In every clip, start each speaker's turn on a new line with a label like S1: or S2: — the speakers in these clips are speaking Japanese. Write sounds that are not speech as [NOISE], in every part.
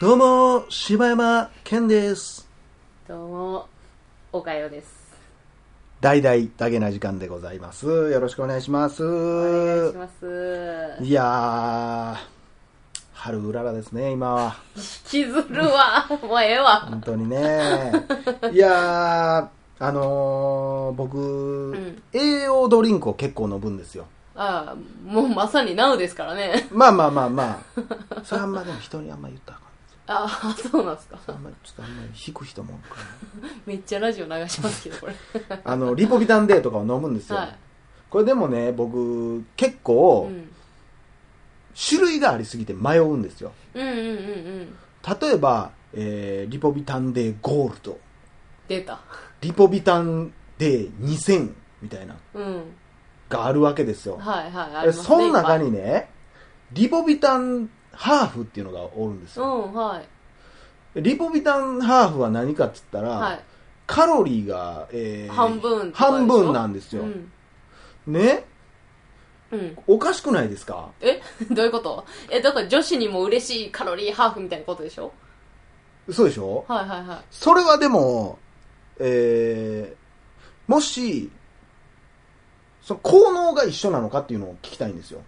S1: どうも、柴山健です。
S2: どうも、おかよです。
S1: 大々だけな時間でございます。よろしくお願いします。
S2: お願いします。
S1: いやー、春うららですね、今は。
S2: 引きず
S1: [LAUGHS]
S2: るわ。もうええわ。
S1: 本当
S2: [LAUGHS]
S1: にね。いやー、あのー、僕、
S2: ん
S1: 栄養ドリンクを結構飲むんですよ。
S2: ああ、もうまさにナウですからね。
S1: まあまあまあまあ。それあんまでも人にあんま言ったらあかん
S2: ああ、そうなんですか。
S1: あんまりちょっとあんまり引く人もおるか
S2: めっちゃラジオ流しますけど、これ。
S1: らあのリポビタン D とかを飲むんですよ、
S2: はい。
S1: これでもね僕結
S2: う
S1: 構
S2: ん。
S1: 種類がありすぎて迷うんですよ
S2: うんうんうんうん。
S1: 例えば、えーリポビタン D ゴールド
S2: 出た。
S1: リポビタン D2000 みたいなの
S2: うん。
S1: があるわけですよ、
S2: はいはい。あ
S1: え
S2: りますね
S1: その中。
S2: いっ
S1: にねリポビタンハーフっていうのがおるんです
S2: ぱいう
S1: よ、
S2: ん、はい。
S1: リポビタンハーフは何かっつったら、
S2: はい。
S1: カロリーが、えー
S2: 半分とかでしょ
S1: 半分なんです
S2: う
S1: よ、
S2: ん。
S1: ね
S2: うん。 [LAUGHS]
S1: おかしくないですか
S2: えどういうことえ、だから女子にも嬉しいカロリーハーフみたいなことでしょ
S1: そうでしょ
S2: はいはいはい。
S1: それはでも、えー、もし、その効能が一緒なのかっていうのを聞きたいんですよ。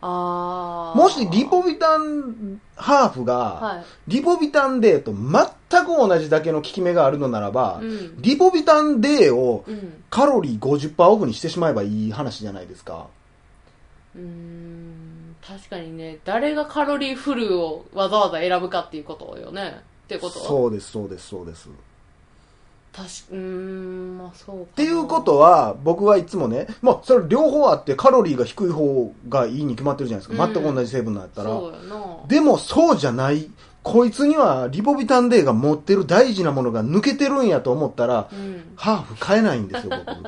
S2: ああ。
S1: もしリポビタンハーフが、
S2: は
S1: リポビタンデーと全く同じだけの効き目があるのならば
S2: い。、うん。
S1: リポビタンデーを
S2: うん。
S1: カロリー50%オフにしてしまえばいい話じゃないですか。
S2: うーん確かにね誰がカロリーフルをわざわざ選ぶかっていうことよねっていうことう
S1: そうです、そうです、そうです。
S2: 確かうーんまあそうかっ
S1: っていうことは、僕はいつもね、まあ、それ両方あってカロリーが低い方がいいに決まってるじゃないですか。
S2: うん
S1: 全く同じ成分だったら。
S2: そうやな
S1: でもそうじゃない。こいつにはリポビタンデーが持ってる大事なものが抜けてるんやと思ったら
S2: う、ん、
S1: ハーフ買えないんですよ、僕。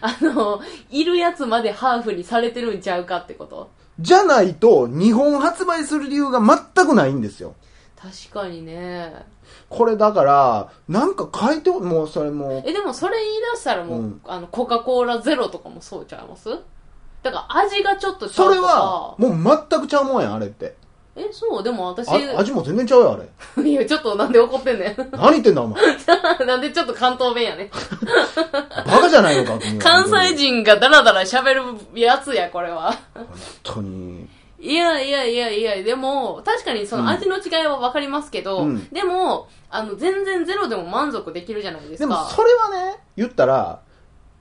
S2: あのいるやつまでハーフにされてるんちゃうかってこと
S1: じゃないと、日本発売する理由が全くないんですよ。
S2: 確かにね
S1: これだから、なんか変えて、もうそれもう、
S2: えでもそれ言い出したらもう、
S1: うん
S2: あのコカ・コーラゼロとかもそうちゃいますだから味がちょっとちゃ
S1: そうれ
S2: と
S1: は
S2: か、
S1: もう全くちゃうもんやん、あれって。
S2: えそうでも私
S1: あ味も全然ちゃうよ、あれ。
S2: [LAUGHS] いやちょっとなんで怒ってんねん [LAUGHS]
S1: 何言ってんだ、お前。
S2: なんでちょっと関東弁やねん
S1: バカじゃないのか、君は
S2: 関西。人がダラダラ喋るやつや、これは。
S1: 本当に。
S2: [LAUGHS] いやいやいやいや、でも、確かにその味の違いはわかりますけど、
S1: うん
S2: でも、あの、全然ゼロでも満足できるじゃないです
S1: でも、
S2: か。
S1: それはね、言ったら、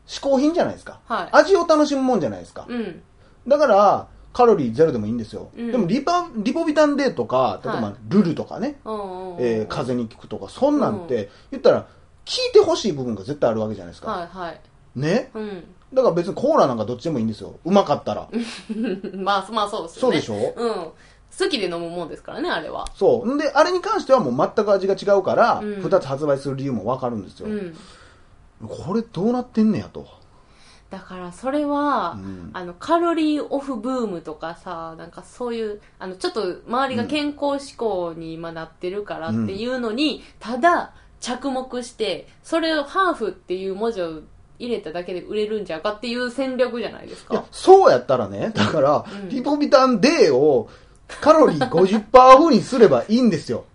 S1: 嗜好品じゃないですか。
S2: はい
S1: 味を楽しむもんじゃないですか。
S2: うん。
S1: だから、カロリーゼロでもいいんですよ。
S2: うん
S1: でもリパ、リポビタン D とか、例え
S2: はい
S1: ばルルとかね、
S2: うんうん。
S1: えー風邪に効くとか、そんなんって、言ったら、聞いてほしい部分が絶対あるわけじゃないですか。
S2: はいはい。
S1: ね
S2: う
S1: だから別にコーラなんかどっちでもいいんですよ。うまかったら。
S2: ん。 [LAUGHS] まあ、まあそうです
S1: そ
S2: よ
S1: う
S2: ね。
S1: でしょ
S2: うん。好きで飲むもんですからね、あれは。
S1: そう。んで、あれに関してはもう全く味が違うから、
S2: うん
S1: 二つ発売する理由もわかるんですよ、
S2: うん。
S1: これどうなってんねやと。
S2: だから、それは、
S1: うん
S2: あの、カロリーオフブームとかさ、なんかそういう、あの、ちょっと周りが健康志向に今なってるからっていうのに、ただ着目して、それをハーフっていう文字を入れただけで売れるんじゃうかっていう戦略じゃないです
S1: いや
S2: か。、
S1: そうやったらね、だから、
S2: うん
S1: リポビタン D をカロリー50%オフに [LAUGHS] すればいいんですよ。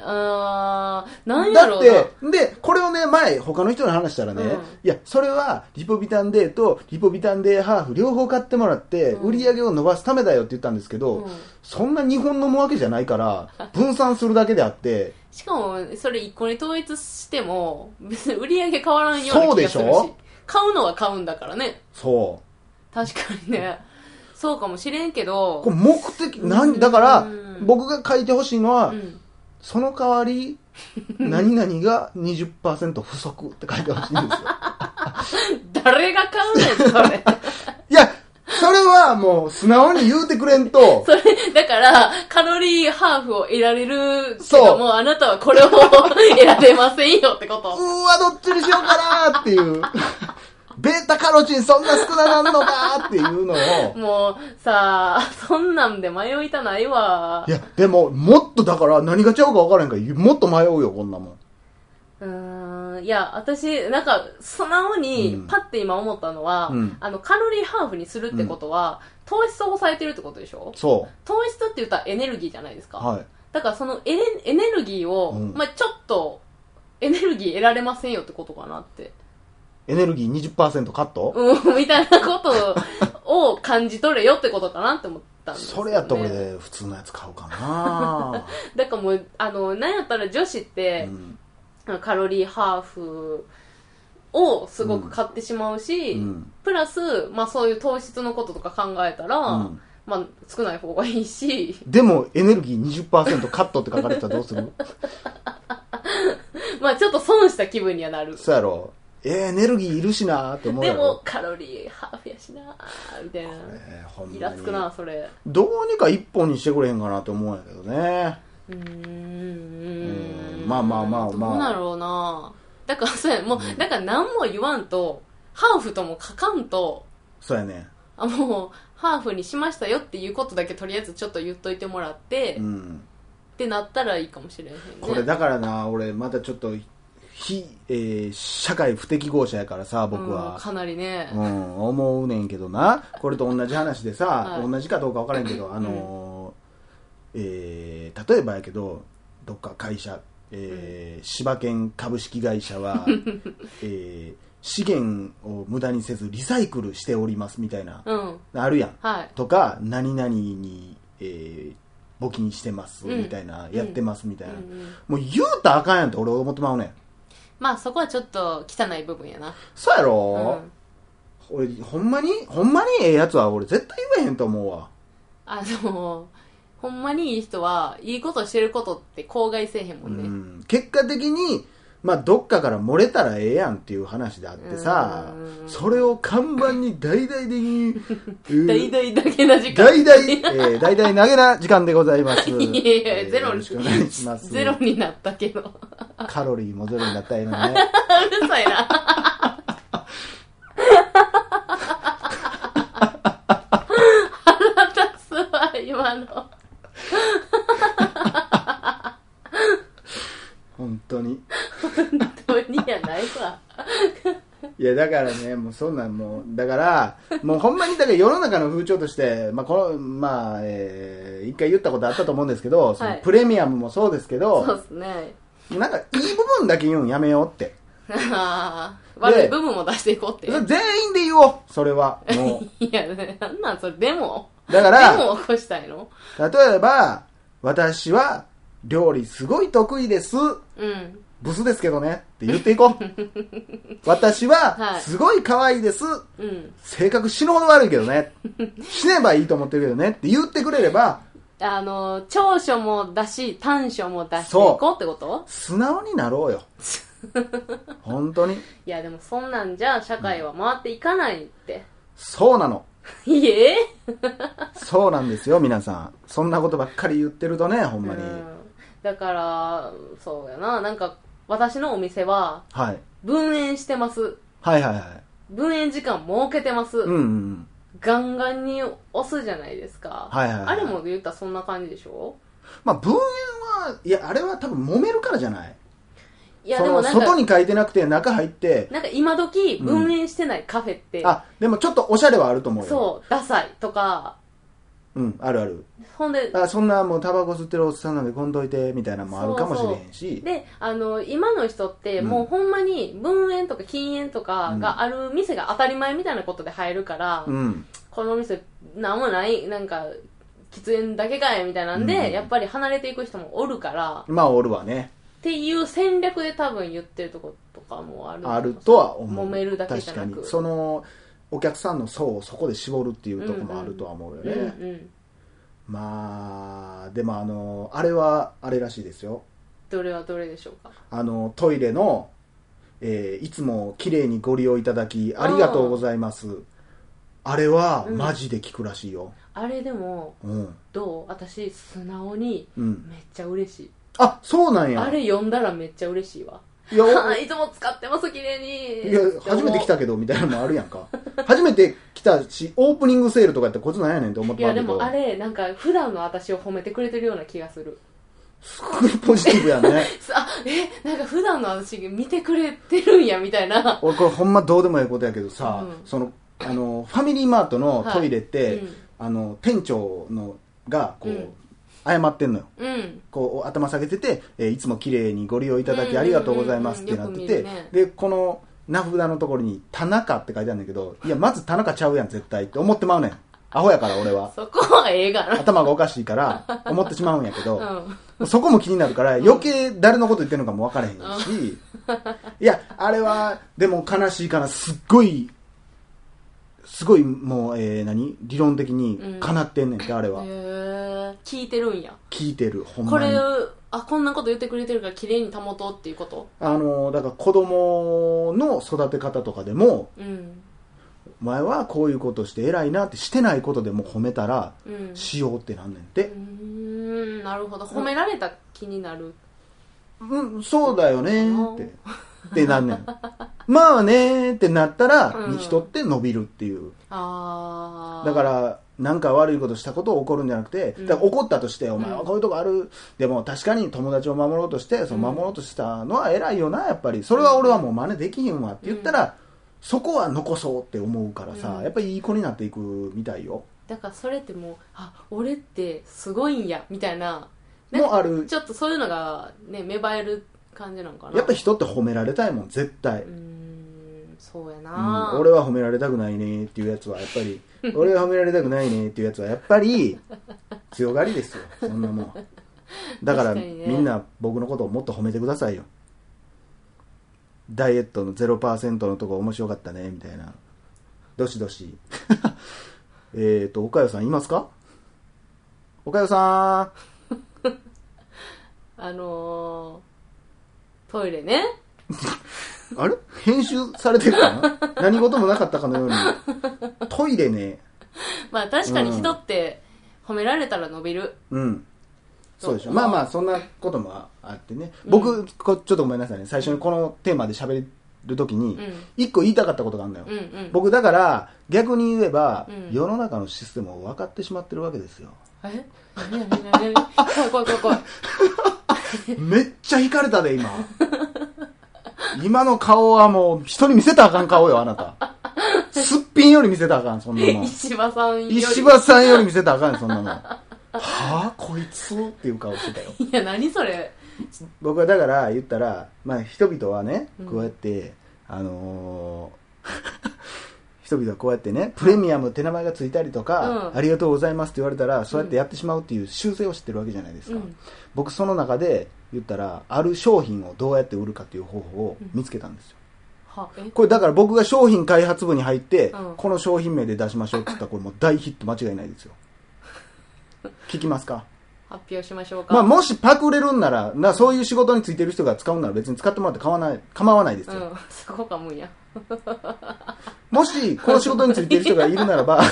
S2: あー、なん
S1: だ
S2: や
S1: っ
S2: ろうな。
S1: て、で、これをね、前、他の人に話したらね、
S2: うん
S1: いや、それは、リポビタンデーと、リポビタンデーハーフ、両方買ってもらって、
S2: うん
S1: 売り上げを伸ばすためだよって言ったんですけど、
S2: うん
S1: そんな日本飲むわけじゃない
S2: [LAUGHS]
S1: から、分散するだけであって、
S2: しかも、それ一個に統一しても、別に売り上げ変わらんような気がするし。
S1: そうでしょ
S2: 買うのは買うんだからね。
S1: そ
S2: 確かにね。そうかもしれんけ
S1: う。
S2: ど。
S1: これ目的、な、
S2: うんん
S1: だから、僕が書いてほしいのは、
S2: うん
S1: その代わ
S2: [LAUGHS]
S1: り、何々が20%不足って書いてほしいんですよ。
S2: 誰が買うねん、そ
S1: [LAUGHS]
S2: れ。
S1: いや、それはもう素直に言うてくれん
S2: [LAUGHS]
S1: と、
S2: それ、だから、カロリーハーフを得られるけ
S1: そう
S2: ども、あなたはこれを得られませんよってこ
S1: う
S2: と。
S1: ーわ、どっちにしようかなーっていう。 [LAUGHS] ベータカロチンそんな少ななんのかーっていうのを。
S2: もう、さあ、そんなんで迷いたないわ
S1: い。や、でも、もっとだから何が違うか分からへんから、もっと迷うよ、こんなもん。
S2: ううーんいや、私、なんか、素直
S1: う
S2: に
S1: ん、
S2: パッて今思ったのは、
S1: うん
S2: あの、カロリーハーフにするってことは、糖質を抑えてるってことでしょ
S1: そ
S2: 糖質って言ったらエネルギーじゃないです
S1: う。
S2: か。
S1: はい。
S2: だからそのエネエネルギーを、
S1: うん
S2: まあちょっと、エネルギー得られませんよってことかなって。
S1: エネルギー20%カット、
S2: うん、みたいなことを感じ取れよってことかなって思ったんですよ、ね。
S1: それやったら俺、普通のやつ買うかな
S2: だからもう、あの、なんやったら女子って
S1: う、ん
S2: カロリーハーフをすごく買ってしまうし、
S1: うん
S2: プラス、まあそういう糖質のこととか考えたら、
S1: うん
S2: まあ少ない方がいいし、 [LAUGHS]
S1: でも、エネルギー20%カットって書かれてたらどうする [LAUGHS]
S2: まあちょっと損した気分にはなる。
S1: そうやろ。えー、エネルギーいるしなーって思う
S2: で
S1: や
S2: も
S1: ろ。
S2: カロリーハーフやしなみたいな。
S1: えー、ほんまに
S2: イラつくな、それ。
S1: どうにか一本にしてくれへんかなって思うんやけどね。
S2: うー
S1: うん
S2: ん。
S1: まあまあまあまあ
S2: どうなんやろうな。だからそうや、もう、だから何も言わんと、ハーフとも書かんと、
S1: そうやね。
S2: あ、もう、ハーフにしましたよっていうことだけとりあえずちょっと言っといてもらって、
S1: う
S2: っ
S1: ん。
S2: てなったらいいかもしれへんね。
S1: これだからな、俺またちょっと、非、えー社会不適合者やからさ、僕
S2: うん
S1: は。
S2: かなりね
S1: う。ん、思うねんけどな。これと同じ話でさ、
S2: はい
S1: 同じかどうかわからへんけど、あのーえー例えばやけど、どっか会社、えー柴犬株式会社
S2: [LAUGHS]
S1: は、えー資源を無駄にせずリサイクルしておりますみたいな、
S2: うん。
S1: あるやん。
S2: はい。
S1: とか、何々に、えー募金してます
S2: うん
S1: みたいな、やってますみたいな。
S2: うんうん
S1: もう言うたらあかんやんって俺思ってまうねん。
S2: まあそこはちょっと汚い部分やな。
S1: そうや
S2: う
S1: ろ、
S2: ん。
S1: 俺、ほんまにほんまにええやつは俺絶対言えへんと思うわ。
S2: あの、ほんまにいい人は、いいことしてることって口外せえへんも
S1: うん
S2: ね。
S1: ん。結果的に、まあ、どっかから漏れたらええやんっていう話であってさ
S2: う、ん
S1: それを看板に大々的
S2: [LAUGHS]
S1: に、うん
S2: 大々だけな時間。
S1: 大々、えー、大々投げな時間でございます。
S2: いやいや
S1: えー
S2: ゼロ
S1: よろしくお願いします。
S2: ゼロになったけど。う
S1: カロリーもゼロになったらええ
S2: [LAUGHS]
S1: のね。
S2: るさいな。腹立つわ、今の。
S1: 本当に。
S2: どうにやないわ。
S1: いやだからね、もうそんなんもう、だ
S2: [LAUGHS]
S1: から、もうほんまにだから世の中の風潮として、まあこの、まあ、えー一回言ったことあったと思うんですけど、その
S2: はい
S1: プレミアムもそうですけど、
S2: そうっすね。 [LAUGHS]
S1: なんかいい部分だけ言うんやめようって。
S2: あー悪い部分も出していこうって。
S1: 全員で言おう、それは。も
S2: いや、なんなんそれ、でも。 [LAUGHS]
S1: う。だか
S2: で
S1: ら、
S2: も起こしたいの
S1: 例えば、私は料理すごい得意です。
S2: うん。
S1: ブスですけどね。って言っていこう。
S2: [LAUGHS]
S1: 私は
S2: はい
S1: すごい可愛いです。
S2: うん。
S1: 性格死ぬほど悪いけどね。死ねばいいと思ってるけどね。って言ってくれれば、
S2: あの、長所もだし、短所も出していこうってこと
S1: 素直になろうよ本当に
S2: いや、でもそんなんじゃ、社会は回っていかないって。
S1: そうなの
S2: いえ
S1: そうなんですよ皆さんそんなことばっかり言ってるとねほん
S2: う
S1: まに、
S2: ん。だから、そうやな。なんか、私のお店は、
S1: はい、
S2: 分園してます。
S1: はいはいはい
S2: 分園時間設けてます。
S1: うんうんうん
S2: ガンガンに押すじゃないですか。
S1: はいはいはい
S2: あれも言ったらそんな感じでしょ
S1: まあ文言はいやあれは多分揉めるからじゃない
S2: いや、
S1: そ
S2: で
S1: の
S2: もなん
S1: 外
S2: か、
S1: に書いてなくて中入って
S2: なんか今時、分園してないカフェって、
S1: あでもちょっとおしゃれはあると思うよ
S2: そう、ダサいとか、
S1: ううんあるある
S2: ほんで、
S1: あそんなもうタバコ吸ってるおっさんなんでこんどいてみたいなのもあるかもしれへんし
S2: であの今の人って
S1: うん
S2: もうほんまに分煙とか禁煙とかがある店が当たり前みたいなことで入るから、
S1: うん
S2: この店なんもないなんか喫煙だけかいみたいなんで、
S1: うん
S2: やっぱり離れていく人もおるからっ
S1: まあおるわね
S2: ていう戦略で多分言ってるとことかもある
S1: あるとは思う
S2: 揉めるだけじゃなく
S1: 確かにそのお客さんの層をそこで絞るっていうとこもあるとは思うよ
S2: うん
S1: ね、
S2: うん
S1: まあでもあのあれはあれらしいですよ
S2: どれはどれでしょうか
S1: あのトイレの、えーいつも綺麗にご利用いただきありがとうございますあれは
S2: うん
S1: マジで聞くらしいよ
S2: あれでも
S1: うん
S2: どう私素直に
S1: うん
S2: めっちゃ嬉しい
S1: あそうなんや
S2: あれ読んだらめっちゃ嬉しいわ
S1: いやお
S2: はいいつも使ってます綺麗に
S1: いや初めて来たけどみたいなのもあるやんか初めて来たしオープニングセールとかやってこいつなんやねんって思っ
S2: い
S1: てた
S2: や
S1: け
S2: で
S1: ど
S2: もあれなんか普段の私を褒めてくれてるような気がする
S1: すごいポジティブやね
S2: あえなんか普段の私見てくれてるんやみたいな
S1: 俺これほんまどうでもいいことやけどさ、
S2: うん
S1: そのあのファミリーマートのトイレって、
S2: はいうん
S1: あの店長のがこう、
S2: うん
S1: 謝ってんのよ
S2: うん
S1: こう頭下げてて、えーいつも綺麗にご利用いただきありがとうございますってなって
S2: うんうんうんう
S1: て、
S2: んよく見るね
S1: でこの名札のところに「田中」って書いてあるんだけどいやまず田中ちゃうやん絶対って思ってまうねんアホやから俺は
S2: そこはええがな
S1: 頭がおかしいから思ってしまうんやけど、
S2: [LAUGHS] うん
S1: そこも気になるから余計誰のこと言ってるのかも分からへんし、いやあれはでも悲しいかなすっごいすごいもう、えー何理論的にかなってんねんって、あれは
S2: へえ聞いてるんや
S1: 聞いてるほん
S2: こ
S1: まに
S2: れあこんなこと言ってくれてるから綺麗に保とうっていうこと
S1: あのだから子供の育て方とかでも
S2: うん
S1: お前はこういうことして偉いなってしてないことでも褒めたら
S2: うん
S1: しようってなんねんっ
S2: う
S1: て
S2: ー、んなるほど褒められた気になる
S1: うん、そうだよねーってってなんねんまあねーってなったら、
S2: うん
S1: 人って伸びるっていう
S2: ああ
S1: だからなんか悪いことしたことを怒るんじゃなくて、
S2: うん
S1: だから怒ったとしてお前は
S2: うん
S1: こういうとこある、でも確かに友達を守ろうとしてその守ろうとしたのは偉いよなやっぱりそれは俺はもう真似できひんわって言ったら、そこは残そうって思うからさ、
S2: うん
S1: やっぱりいい子になっていくみたいよ
S2: だからそれってもうあ俺ってすごいんやみたいなね
S1: もある
S2: ちょっとそういうのがね芽生える感じなんかな
S1: やっぱ人って褒められたいもん絶対、
S2: うーんそうや
S1: う
S2: な、
S1: ん、俺は褒められたくないねっていうやつはやっぱ
S2: [LAUGHS]
S1: り俺は褒められたくないねっていうやつはやっぱり強がりですよそんなもん
S2: [LAUGHS]
S1: だから
S2: 確かにね
S1: みんな僕のことをもっと褒めてくださいよダイエットの0%のとこ面白かったねみたいなどしどし [LAUGHS] えっと岡代さんいますか岡代さ
S2: あのー、トイレね
S1: んあれ編集されてるかな何事もなかったかのようにトイレね
S2: まあ確かに人って褒められたら伸びる
S1: うん。そうでしょ。
S2: そう
S1: まあまあ、そんなこともああってね。
S2: うん
S1: 僕、こちょっとごめんなさいね。最初にこのテーマで喋るとき
S2: う
S1: に
S2: ん、
S1: 一個言いたかったことがあるんだよ。
S2: うんうん
S1: 僕、だから、逆に言えば、
S2: うん
S1: 世の中のシステムを分かってしまってるわけですよ。
S2: え [LAUGHS] 何や何や何や [LAUGHS] 怖い怖い怖い怖い
S1: めっちゃ引かれたで、
S2: [LAUGHS]
S1: 今。今の顔はもう、人に見せたらあかん顔よ、あなた。すっぴんより見せたらあかん、そんな
S2: [LAUGHS]
S1: もん。
S2: 石破さんより
S1: 石破さんより見せたらあかんよ、そんなもん。はぁ、こいつっていう顔してたよ。
S2: いや何それ
S1: 僕はだから言ったら、まあ、人々はね
S2: うん
S1: こうやって、あのー [LAUGHS] 人々はこうやってねプレミアムって名前がついたりとか、
S2: うん
S1: ありがとうございますって言われたらそうやってやってしまうっていう習性を知ってるわけじゃないですか、
S2: うん
S1: 僕その中で言ったらある商品をどうやって売るかっていう方法を見つけたんですよ、
S2: はえ
S1: これだから僕が商品開発部に入って、
S2: うん
S1: この商品名で出しましょうって言ったらこれもう大ヒット間違いない
S2: [LAUGHS]
S1: ですよ聞きますか
S2: 発表しましょうか
S1: まあ、もしパクれるんならなそういう仕事についてる人が使うなら別に使ってもらって構わない構わないです
S2: う
S1: よ、
S2: んそこかもんや
S1: もしこの仕事についてる人がいるなら
S2: [LAUGHS]
S1: ば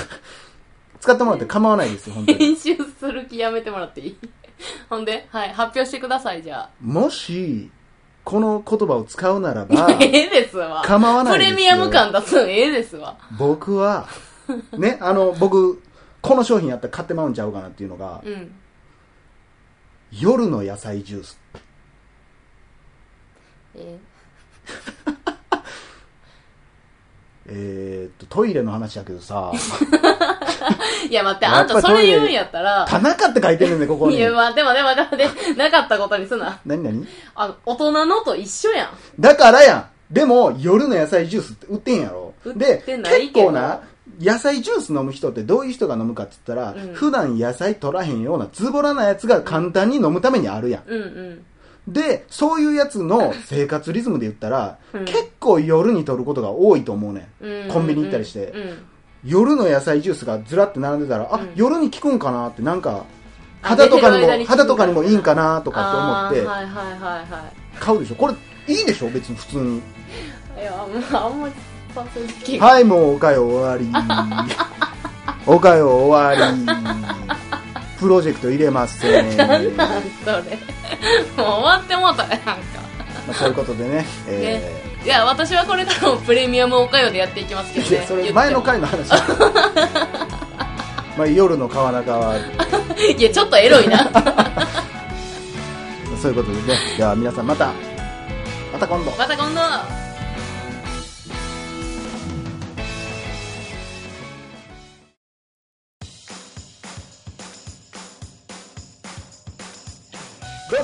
S1: 使ってもらって構わないですよ本当に
S2: 編集する気やめてもらってい [LAUGHS] いほんで、はい、発表してください、じゃ
S1: もしこの言葉を使うなら
S2: [LAUGHS]
S1: ば
S2: あ。ええですわ。
S1: 構わない
S2: プ
S1: です
S2: レ
S1: よ
S2: ミアム感出すのええですわ。
S1: 僕はねあの僕この商品やったら買ってまうんちゃうかなっていうのが、
S2: うん。
S1: 夜の野菜ジュース
S2: え
S1: えー、っとトイレの話やけどさ
S2: えいや、待って、
S1: や
S2: あ
S1: っ
S2: ん
S1: ぱ
S2: たそ
S1: トイレ
S2: れ言うんやったら、
S1: 田中って書いてるんでここ
S2: い
S1: に
S2: や、待って待って待って待って、なかったことにすな。
S1: 何何
S2: あの、大人のと一緒やん。
S1: だからやんでも夜の野菜ジュースって売ってんやろ
S2: 売
S1: で
S2: ってない
S1: 結
S2: けど
S1: 構な野菜ジュース飲む人ってどういう人が飲むかって言ったら、
S2: うん
S1: 普段野菜取らへんようなズボラなやつが簡単に飲むためにあるやん
S2: うんうん。
S1: でそういうやつの生活リズムで言ったら、
S2: うん
S1: 結構夜に取ることが多いと思うね
S2: うんうんうんん
S1: コンビニ行ったりして、
S2: うん。
S1: 夜の野菜ジュースがずらって並んでたらあ、
S2: うん
S1: 夜に効くんかなってなんか
S2: あ
S1: 肌とか
S2: 寝て
S1: に
S2: る間に
S1: も
S2: 効く
S1: 肌とかにもいいんかなとか
S2: あ
S1: っ
S2: ー
S1: て思っ
S2: はいはいはいは
S1: て買うでしょこれいいでしょ別に普通に
S2: い。いや、もうあんまり、パス好き。
S1: はい、もうおかよ
S2: [LAUGHS]
S1: 終わり。おかよ終わり。プロジェクト入れません。
S2: [LAUGHS] なん [LAUGHS] な
S1: ま
S2: んそれ。もう終わってもうたやんか。
S1: あ、そういうことでね。え
S2: いや、私はこれからもプレミアムおかよでやっていきますけ
S1: ー
S2: ど
S1: いや
S2: ね。
S1: それ前の回の
S2: [LAUGHS]
S1: 話だまあ夜の川中は
S2: 言ってもいや、ちょっとエロいな。
S1: そういうことですねでは皆さんまたまた今度
S2: また今度
S1: どう